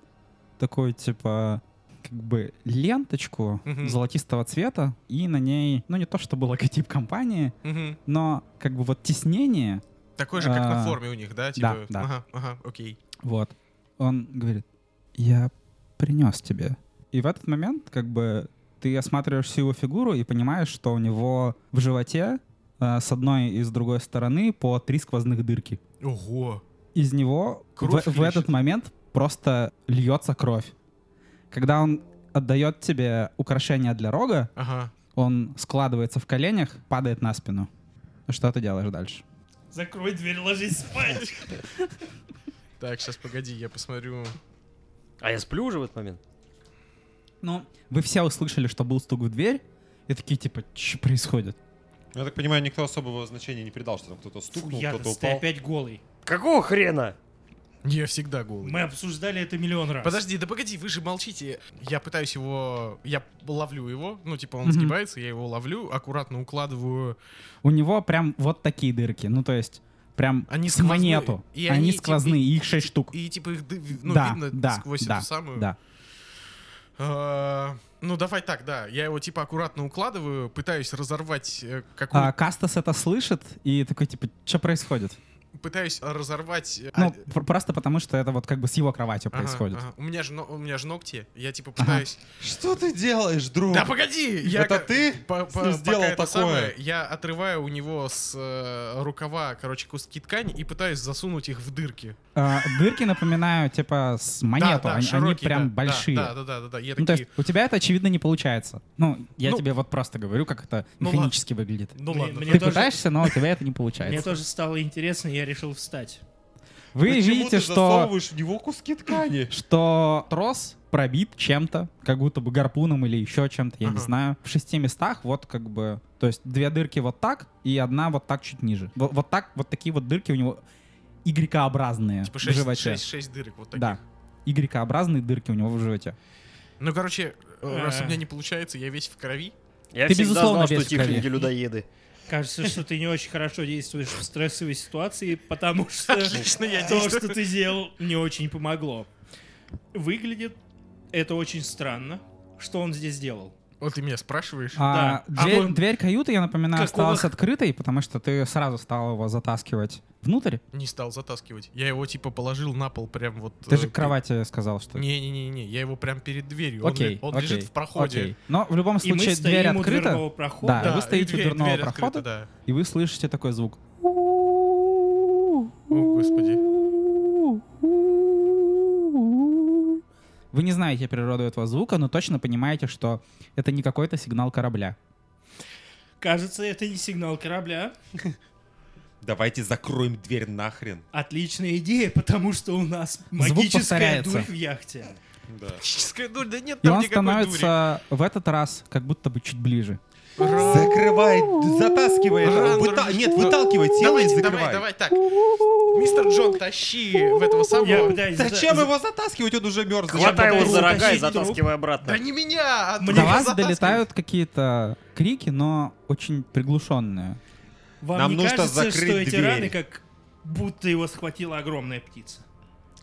S2: такой, типа, как бы ленточку
S3: Мгм.
S2: золотистого цвета, и на ней, ну не то чтобы логотип компании,
S3: Мгм.
S2: но как бы вот тиснение,
S3: Такой же, как на
S2: А,
S3: форме у них, да?
S2: да,
S3: Типа,
S2: да.
S3: Ага, ага, окей.
S2: Вот. Он говорит, я принес тебе. И в этот момент, как бы, ты осматриваешь всю его фигуру и понимаешь, что у него в животе э, с одной и с другой стороны по три сквозных дырки.
S3: Ого.
S2: Из него
S3: Кровь
S2: в, в
S3: хлещет.
S2: этот момент просто льется кровь. Когда он отдает тебе украшение для рога,
S3: Ага.
S2: он складывается в коленях, падает на спину. Что ты делаешь дальше?
S4: Закрой дверь, ложись спать.
S3: Так, сейчас погоди, я посмотрю.
S5: А я сплю уже в этот момент?
S2: Ну, вы все услышали, что был стук в дверь, и такие типа, что происходит?
S1: Ну, Я так понимаю, никто особого значения не придал, что там кто-то
S4: Фу,
S1: стукнул, кто-то
S4: Ядос, ты
S1: упал.
S4: опять голый.
S5: Какого хрена?
S3: Я всегда голый.
S4: Мы обсуждали это миллион раз.
S3: Подожди, да погоди, вы же молчите. Я пытаюсь его... Я ловлю его. Ну, типа, он
S2: Мгм.
S3: сгибается, я его ловлю, аккуратно укладываю.
S2: У него прям вот такие дырки, ну то есть прям
S3: Они
S2: с
S3: сквозные.
S2: монету.
S3: И
S2: они,
S3: они,
S2: сквозные,
S3: типа,
S2: их шесть штук.
S3: И, типа, их ды- ну,
S2: Да,
S3: видно
S2: да,
S3: сквозь
S2: да,
S3: эту самую...
S2: Да.
S3: А, ну, давай так, да. Я его, типа, аккуратно укладываю, пытаюсь разорвать э, какую...
S2: А, Кастас это слышит и такой типа, что происходит?
S3: Пытаюсь разорвать... э,
S2: Ну
S3: а-
S2: пр- просто потому что это вот как бы с его кроватью
S3: Ага,
S2: происходит.
S3: ага. У меня же но- у меня же ногти, я типа пытаюсь.
S1: Что ты делаешь, друг?
S3: Да погоди, я
S1: Это
S3: ка-
S1: ты
S3: по-
S1: с-
S3: по- пока
S1: сделал
S3: это
S1: такое?
S3: самое, я отрываю у него с э, рукава, короче, куски ткани и пытаюсь засунуть их в дырки.
S2: А, дырки напоминаю типа с монету,
S3: да,
S2: они, они
S3: широкие,
S2: прям
S3: да,
S2: большие.
S3: Да, да, да, да, да. Я
S2: Ну, то
S3: такие,
S2: есть у тебя это, очевидно, не получается. Ну, я
S3: Ну,
S2: тебе вот просто говорю, как это
S3: ну ладно.
S2: механически выглядит.
S3: ну
S4: мне-
S3: ладно.
S4: мне
S2: Ты
S4: тоже-
S2: пытаешься, но у тебя это не получается.
S4: Мне тоже стало интересно, и я решил встать.
S3: ну,
S2: Вы
S1: Почему
S2: видите,
S1: ты
S2: что,
S1: засовываешь в него куски ткани?
S2: что трос пробит чем-то, как будто бы гарпуном или еще чем-то, я не
S3: Ага.
S2: знаю. В шести местах вот как бы... То есть две дырки вот так и одна вот так чуть ниже. Во- Вот, так, вот такие вот дырки у него. Y-образные
S3: Типа
S2: в
S3: 6,
S2: животе.
S3: дырок вот таких.
S2: да. Y-образные дырки у него в животе.
S3: Ну, короче, раз у
S4: Э.
S3: меня не получается, я весь в крови.
S6: Я
S2: Ты,
S6: всегда
S2: безусловно,
S6: знал, что
S2: весь в крови.
S6: тихоньки людоеды.
S4: Кажется, что ты не очень хорошо действуешь в стрессовой ситуации, потому что
S3: Отлично, я
S4: то,
S3: действую.
S4: что ты сделал, не очень помогло. Выглядит это очень странно, что он здесь делал.
S3: Вот ты меня спрашиваешь.
S2: А,
S4: Да. А
S2: дверь,
S4: мы-
S2: дверь каюты, я напоминаю,
S4: Какого
S2: осталась
S4: х-
S2: открытой, потому что ты сразу стал его затаскивать внутрь.
S3: Не стал затаскивать. Я его типа положил на пол прям вот...
S2: Ты
S3: э,
S2: же к
S3: при-
S2: кровати сказал, что...
S3: Не-не-не, я его прям перед дверью. Он
S2: окей,
S3: ле- Он,
S2: окей,
S3: лежит в проходе.
S2: окей. Но в любом
S4: И мы
S2: случае дверь
S4: стоим у
S2: открыта,
S4: дверного прохода.
S2: Да. А вы стоите у
S3: и
S2: дверного
S3: дверь открыта,
S2: прохода?
S3: да.
S2: и вы слышите такой звук.
S3: О, господи.
S2: Вы не знаете природу этого звука, но точно понимаете, что это не какой-то сигнал корабля.
S4: Кажется, это не сигнал корабля.
S1: Давайте закроем дверь нахрен.
S4: Отличная идея, потому что у нас магическая
S2: повторяется.
S4: дурь в яхте.
S1: Да.
S3: Магическая дурь, да нет
S2: И
S3: там
S2: он
S3: никакой
S2: становится в этот раз как будто бы чуть ближе.
S3: дури. Ра-
S1: Закрывай, затаскивай.
S3: Рано
S1: Выта-
S3: рано.
S1: Нет, выталкивай тело и
S3: Давайте, давай,
S1: закрывай.
S3: давай, так. Мистер Джон, тащи в этого
S4: Я
S3: самого...
S4: пытаюсь за-
S1: Зачем
S4: за-
S1: его затаскивать? Он уже мерз.
S6: Хватай его
S4: пытаюсь
S6: за рога и
S4: затащить
S6: затаскивай
S3: Да
S6: обратно.
S3: не меня, а
S2: До
S3: меня
S2: вас
S3: затаскивай.
S2: долетают какие-то крики, но очень приглушенные.
S4: Вам
S1: Нам
S4: не
S1: нужно
S4: кажется, что
S1: закрыть
S4: эти
S1: дверь.
S4: раны как будто его схватила огромная птица?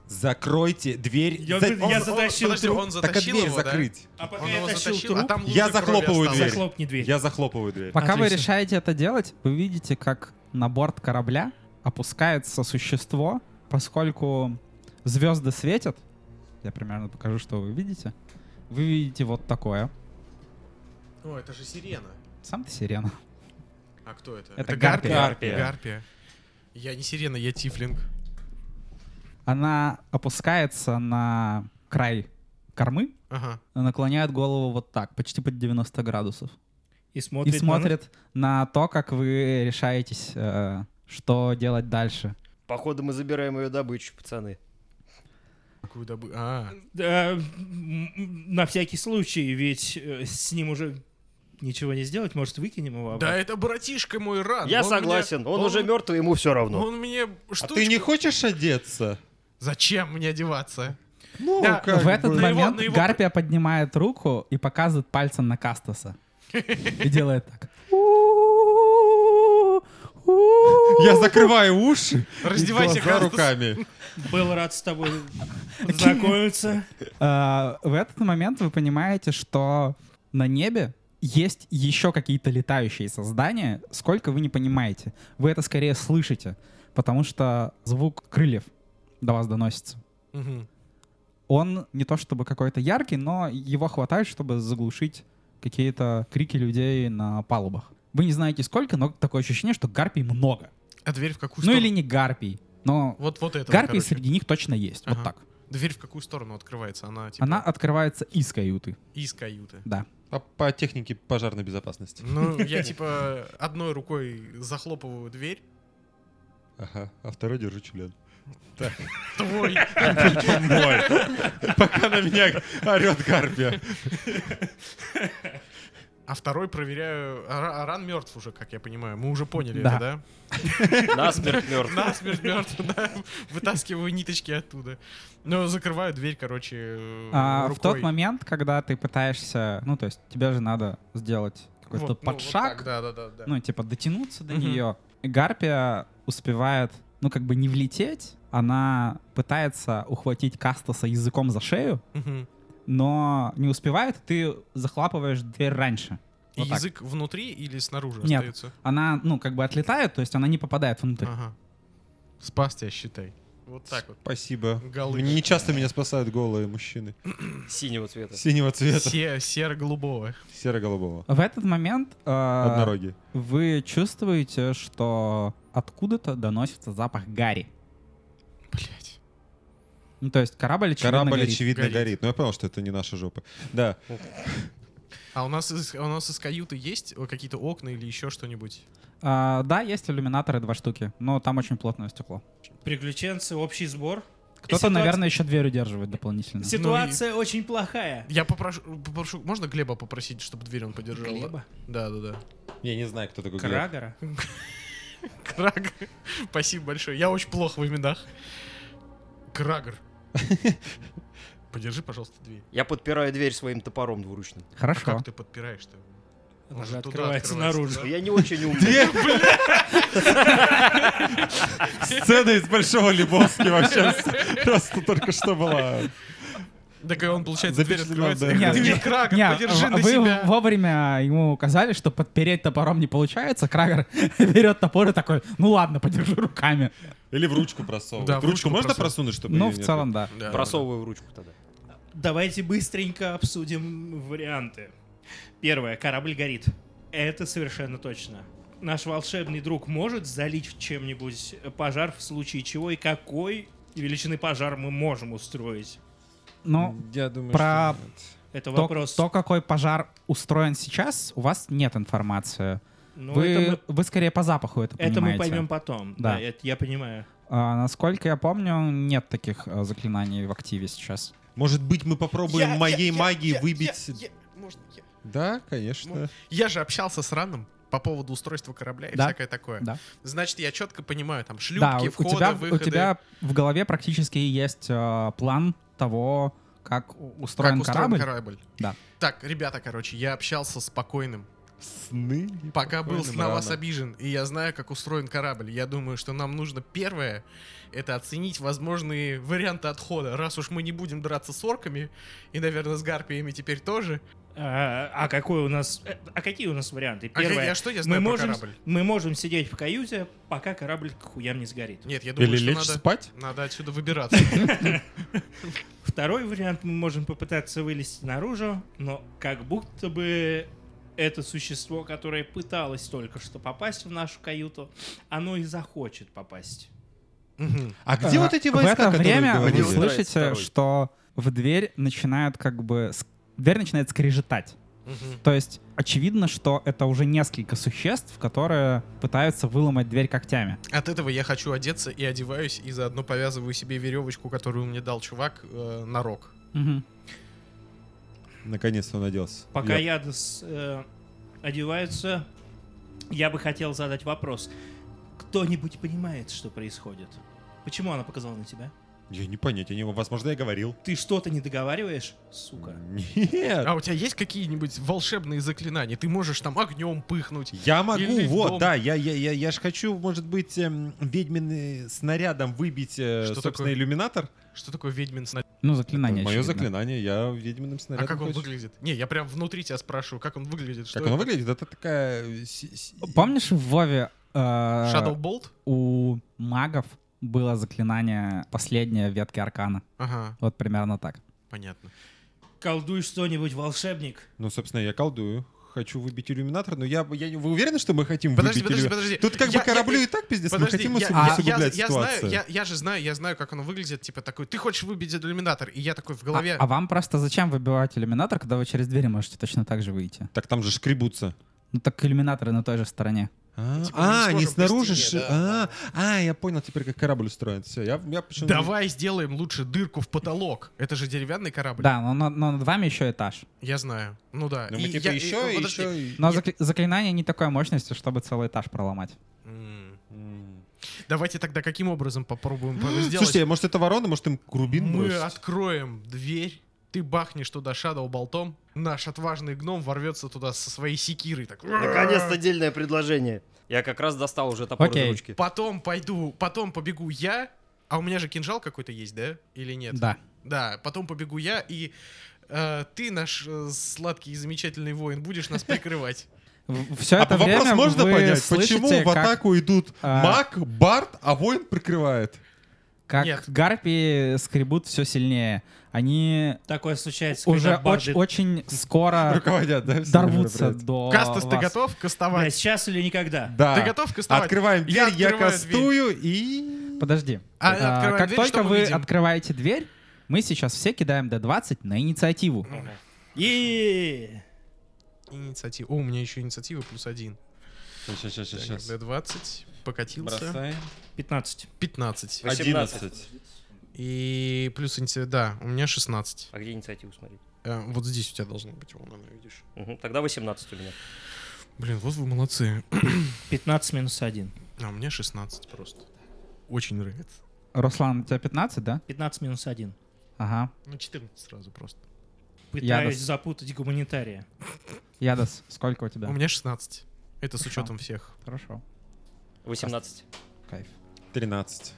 S1: Закройте дверь.
S4: Я
S1: За-
S4: говорю,
S1: Он-
S4: я
S3: Он- он-
S4: затащил
S3: подожди,
S4: труп.
S3: он
S1: Так а
S3: затащил
S1: дверь
S3: его, да?
S1: закрыть.
S4: А пока
S3: Он
S4: я
S3: его
S4: тащил
S3: затащил, а
S4: труп,
S3: там лужа
S1: Я
S3: крови
S1: захлопываю
S3: осталась.
S1: дверь.
S4: захлопни дверь.
S1: Я захлопываю дверь.
S2: Пока вы
S4: Отлично.
S2: решаете это делать, вы видите, как на борт корабля опускается существо, поскольку звезды светят. Я примерно покажу, что вы видите. Вы видите вот такое.
S3: О, это же сирена.
S2: Сам ты сирена.
S3: А кто это?
S2: Это гарпия.
S1: Гарпия.
S3: Гарпия. Я не сирена, я тифлинг.
S2: Она опускается на край кормы,
S3: Ага.
S2: наклоняет голову вот так, почти под 90 градусов.
S4: И
S2: И
S4: смотрит, на нас.
S2: смотрит на то, как вы решаетесь, э, что делать дальше.
S6: Походу мы забираем ее добычу, пацаны.
S3: Какую добы... А,
S4: Да, м, м, на всякий случай, ведь э, с ним уже ничего не сделать, может, выкинем его
S3: да
S4: обратно?
S3: это братишка мой ран.
S6: Я
S3: Он А, меня-
S6: согласен, он, уже мертвый, ему все равно.
S3: Он мне
S1: А
S3: штучку...
S1: ты не хочешь одеться?
S3: Зачем мне одеваться?
S1: Ну,
S3: Да,
S1: как
S2: в этот
S1: бы.
S3: На его-
S2: момент
S3: на его-
S2: Гарпия поднимает руку и показывает пальцем на Кастаса. И делает так.
S1: Я закрываю уши. и
S3: Раздевайся,
S1: глаза
S3: Кастас.
S1: руками.
S4: Был рад с тобой познакомиться.
S2: А, В этот момент вы понимаете, что на небе есть еще какие-то летающие создания, сколько вы не понимаете. Вы это скорее слышите, потому что звук крыльев до вас доносится.
S3: Мгм.
S2: Он не то чтобы какой-то яркий, но его хватает, чтобы заглушить какие-то крики людей на палубах. Вы не знаете сколько, но такое ощущение, что гарпий много.
S3: А дверь в какую
S2: Ну
S3: сторону?
S2: или не гарпий, но
S3: Вот, вот это.
S2: гарпий
S3: короче.
S2: среди них точно есть. Вот
S3: Ага.
S2: так.
S3: Дверь в какую сторону открывается? Она типа
S2: Она открывается из каюты.
S3: из каюты.
S2: Да.
S1: А По технике пожарной безопасности.
S3: Ну, я типа одной рукой захлопываю дверь.
S1: Ага, а второй держу член.
S3: Твой.
S1: Мой. Пока на меня орет гарпия.
S3: А второй проверяю. А Ра- а Ран мертв уже, как я понимаю. Мы уже поняли
S2: Да.
S3: это,
S6: Насмерть
S3: да?
S6: мертв.
S3: Насмерть мертв, да. Вытаскиваю ниточки оттуда. Ну, закрываю дверь, короче, э,
S2: А в
S3: рукой.
S2: тот момент, когда ты пытаешься, ну то есть тебе же надо сделать какой-то
S3: Вот, ну, вот
S2: подшаг,
S3: так, Да, да, да, да.
S2: ну типа дотянуться до
S3: Мгм.
S2: нее. Гарпия успевает, ну как бы не влететь, она пытается ухватить Кастаса языком за шею,
S3: Мгм.
S2: но не успевает, и ты захлапываешь дверь раньше.
S3: И
S2: Вот так.
S3: язык внутри или снаружи
S2: Нет.
S3: остается?
S2: Она, ну, как бы отлетает, то есть она не попадает внутрь.
S3: Ага. Спас тебя, считай. Вот так вот.
S1: Спасибо.
S3: Голы.
S1: Не часто меня спасают голые мужчины.
S6: Синего цвета.
S1: Синего цвета.
S3: Се- Серо-голубого. А.
S1: Серо-голубого.
S2: В этот момент э,
S1: Однороги.
S2: вы чувствуете, что откуда-то доносится запах гари.
S3: Блять.
S2: Ну, то есть корабль, очевидно,
S1: Корабль,
S2: горит.
S1: очевидно,
S3: Горит.
S1: горит. Но я понял, что это не наша жопа. Да.
S3: А у нас из, у нас из каюты есть э, какие-то окна или еще что-нибудь?
S2: А, да, есть иллюминаторы два штуки, но там очень плотное стекло.
S4: Приключенцы, общий сбор.
S2: Кто-то,
S4: Ситуация-
S2: наверное, еще дверь удерживает дополнительно.
S4: Ситуация очень плохая.
S3: Я попрошу, попрошу, можно Глеба попросить, чтобы дверь он подержал?
S4: Глеба?
S3: Да, да, да.
S1: Я не знаю, кто такой Глеб.
S4: Крагора?
S3: Крагер. Спасибо большое. Я очень плохо в именах. Крагер. Подержи, пожалуйста, дверь.
S6: Я подпираю дверь своим топором двуручным.
S3: А
S2: Хорошо.
S3: Как ты подпираешь-то?
S4: Она
S3: Он
S4: же
S3: туда
S4: открывается
S3: открывается,
S4: наружу.
S3: да?
S6: Я не очень умный.
S1: Сцена из Большого Лебовски вообще просто только что была.
S3: Так и он, получается, дверь
S1: Запечатлена,
S3: открывается.
S1: да.
S3: Я говорю,
S2: Не,
S3: «Где Крагер,
S2: Не,
S3: подержи
S2: в-
S3: на
S2: вы
S3: себя.
S2: вовремя ему указали, что подпереть топором не получается. Крагер берет топор и такой, ну ладно, подержи руками.
S1: Или в ручку просовывать.
S3: Да, в ручку
S1: ручку, можно
S3: просовывать.
S1: просунуть, чтобы...
S2: Ну,
S1: её
S2: в
S1: не
S2: целом, да.
S3: Да.
S6: Просовываю в ручку тогда.
S4: Давайте быстренько обсудим варианты. Первое. Корабль горит. Это совершенно точно. Наш волшебный друг может залить чем-нибудь пожар в случае чего и какой величины пожар мы можем устроить?
S2: Ну,
S1: Я думаю,
S2: Про-
S1: что нет.
S4: Это
S2: то,
S4: вопрос.
S2: то, какой пожар устроен сейчас, у вас нет информации.
S4: Но
S2: вы,
S4: Ну, это, мы,
S2: вы скорее по запаху Ну, это
S4: это мы
S2: понимаете.
S4: поймем потом.
S2: Да.
S4: Да, это я понимаю.
S2: А, насколько я помню, нет таких э, заклинаний в активе сейчас.
S1: Может быть, мы попробуем
S3: Я-
S1: моей
S3: я- я-
S1: магией
S3: я-
S1: выбить...
S3: я- я- может, я-
S1: Да, конечно.
S3: Я же общался с Раном по поводу устройства корабля и
S2: Да.
S3: всякое такое.
S2: Да.
S3: Значит, я четко понимаю, там шлюпки,
S2: да, у-
S3: входы,
S2: у, тебя,
S3: выходы.
S2: у тебя в голове практически есть э, план того, как у-
S3: Как
S2: устроен
S3: устроен
S2: корабль.
S3: корабль.
S2: Да.
S3: Так, ребята, короче, я общался спокойным.
S1: Сны.
S3: Пока был
S1: Спокойным
S3: на вас
S1: рано.
S3: обижен, и я знаю, как устроен корабль. Я думаю, что нам нужно первое это оценить возможные варианты отхода. Раз уж мы не будем драться с орками, и, наверное, с гарпиями теперь тоже.
S4: А, а какой у нас? э, А какие у нас варианты?
S3: А, я,
S4: Первое.
S3: что я
S4: мы
S3: знаю про
S4: можем,
S3: корабль?
S4: мы можем сидеть в каюте, пока корабль к хуям не сгорит.
S3: Нет, я думаю,
S1: Или
S3: что
S1: лечь
S3: надо,
S1: спать?
S3: надо отсюда выбираться.
S4: Второй вариант мы можем попытаться вылезти наружу, но как будто бы это существо, которое пыталось только что попасть в нашу каюту, оно и захочет попасть.
S3: Мгм.
S1: А где
S2: А,
S1: вот эти
S2: в
S1: войска,
S2: это
S1: которые
S2: время
S1: говорили?
S2: вы
S6: говорили?
S2: слышите,
S6: Второй.
S2: что в дверь начинает как бы... ск- Дверь начинает скрежетать.
S3: Мгм.
S2: То есть очевидно, что это уже несколько существ, которые пытаются выломать дверь когтями.
S3: От этого я хочу одеться и одеваюсь, и заодно повязываю себе веревочку, которую мне дал чувак, э, на рог.
S1: Наконец-то он оделся.
S4: Пока
S1: Я-
S4: Ядос э, одеваются, я бы хотел задать вопрос. Кто-нибудь понимает, что происходит? Почему она показала на тебя?
S1: Я не понять, я не... Возможно, я говорил.
S4: Ты что-то не договариваешь, сука?
S1: Нет.
S3: А у тебя есть какие-нибудь волшебные заклинания? Ты можешь там огнем пыхнуть.
S1: Я могу,
S3: Или в
S1: вот,
S3: дом.
S1: да, я, я, я, я ж хочу, может быть, эм, ведьмины снарядом выбить, э,
S3: Что
S1: собственно,
S3: такое?
S1: иллюминатор.
S3: Что такое ведьмин снаряд?
S2: Ну, заклинание.
S1: Мое
S2: очевидно.
S1: заклинание, я ведьминым
S3: А
S1: снарядом.
S3: как он
S1: хочу.
S3: выглядит? Не, я прям внутри тебя спрашиваю, как он выглядит. Что
S1: Как оно
S3: это?
S1: выглядит? Это такая... э, си- си-
S2: Помнишь в Вове э,
S3: А, Shadow Bolt?
S2: у магов было заклинание последнее ветки аркана?
S3: Ага,
S2: Вот примерно так.
S3: понятно.
S4: Колдуй что-нибудь, волшебник.
S1: Ну, собственно, я колдую. Хочу выбить иллюминатор, но я... бы- я не- Вы уверены, что мы хотим
S3: Подожди,
S1: выбить
S3: подожди,
S1: иллюминатор?
S3: подожди.
S1: Тут как
S3: Я-
S1: бы
S3: я-
S1: кораблю и так пиздец, мы
S3: Подожди,
S1: хотим
S3: я-
S1: усу-
S3: я-
S1: усугублять
S3: я- я
S1: ситуацию.
S3: Знаю, я, я же знаю, я знаю, как оно выглядит. Типа такой, ты хочешь выбить иллюминатор? И я такой в
S2: А-
S3: голове...
S2: А, вам просто зачем выбивать иллюминатор, когда вы через двери можете точно так же выйти?
S1: Так там же шкребутся.
S2: Ну так иллюминаторы на той же стороне.
S1: А,
S3: Типа,
S1: а,
S3: мы не
S1: не
S3: сможем
S1: снаружи.
S3: по стене,
S1: ши-
S3: да.
S1: А, а, я понял теперь, как корабль устроен. Все, я, я почему
S3: Давай сделаем лучше дырку в потолок. Это же деревянный корабль.
S2: Да, но, но- но над вами еще этаж.
S3: Я знаю. Ну да.
S1: Ну,
S3: И
S1: мы типа
S3: я- и-
S1: еще, и
S3: подожди.
S1: еще... и-
S2: Но закли- заклинание не такой мощности, чтобы целый этаж проломать.
S3: М.
S1: М.
S3: Давайте тогда каким образом попробуем по- сделать?
S1: Слушайте, может это ворона, может им рубин
S3: мы
S1: бросить?
S3: откроем дверь, ты бахнешь туда шадоу болтом, наш отважный гном ворвется туда со своей секирой. Так.
S6: Наконец-то дельное предложение. Я как раз достал уже топор из
S2: Окей.
S6: ручки.
S3: Потом пойду, потом побегу я, а у меня же кинжал какой-то есть, да? Или нет?
S2: Да.
S3: Да, потом побегу я, и э, ты, наш э, сладкий и замечательный воин, будешь нас прикрывать.
S2: Все
S1: а
S2: это
S1: вопрос
S2: время
S1: можно
S2: вы
S1: понять,
S2: слышите,
S1: почему в
S2: как-
S1: атаку идут
S2: а,
S1: маг, бард, а воин прикрывает?
S2: Как
S3: Нет.
S2: гарпии скребут все сильнее. Они
S4: Такое случается,
S2: уже
S4: когда барды
S2: оч- очень скоро
S1: Руководят, да? всем
S2: а, дорвутся
S1: мероприятием?
S2: до
S3: Кастас, ты
S2: вас.
S3: готов
S4: Блядь,
S3: кастовать?
S4: сейчас или никогда?
S1: Да.
S3: Ты готов кастовать?
S1: Открываем дверь, я,
S3: открываю
S1: кастую и...
S2: Подожди.
S3: А,
S2: А,
S3: открываем
S2: как
S3: дверь,
S2: только
S3: что мы
S2: вы
S3: видим?
S2: открываете дверь, мы сейчас все кидаем D20 на инициативу.
S3: Ну.
S4: И
S3: Инициатива. О, у меня еще инициатива плюс один.
S1: Сейчас, сейчас,
S3: Так, D20. Покатился.
S4: 15.
S3: 15.
S6: 18.
S3: И плюс инициатива, да, у меня 16.
S6: А где инициативу смотреть?
S3: Э, вот здесь у тебя должно быть, вон она, видишь.
S6: Мгм, Тогда 18 у меня.
S3: Блин, вот вы молодцы.
S4: 15 минус 1.
S3: А у меня 16 просто. Очень нравится.
S2: Руслан, у тебя 15, да?
S4: 15 минус 1.
S2: Ага.
S3: Ну, 14 сразу просто.
S4: Пытаюсь
S2: дос-
S4: запутать гуманитария.
S2: Ядас, сколько у тебя?
S3: У меня 16. Это с
S2: Хорошо.
S3: учетом всех.
S2: Хорошо.
S6: 18.
S2: Кайф.
S1: 13.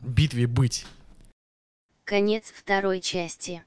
S3: Битве быть.
S7: Конец второй части.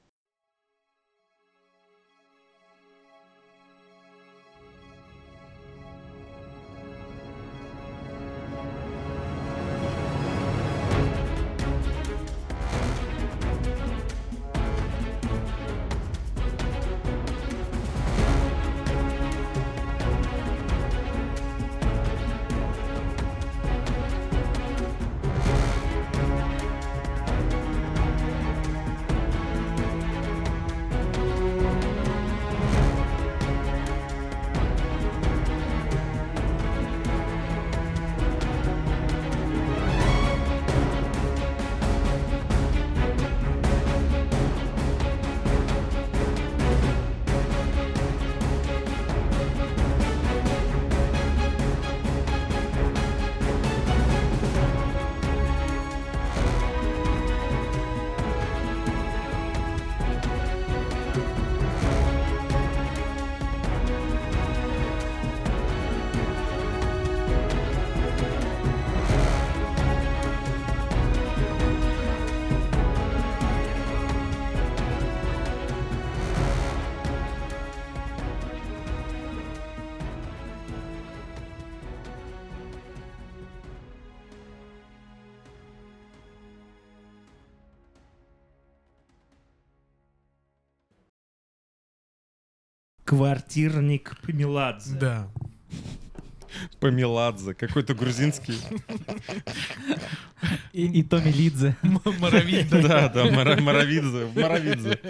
S4: Квартирник Памеладзе.
S3: Да.
S1: Помеладзе, какой-то грузинский.
S2: И, и Томми Лидзе.
S3: Моровидно.
S1: Да, да, Маравидзе. Маравидзе.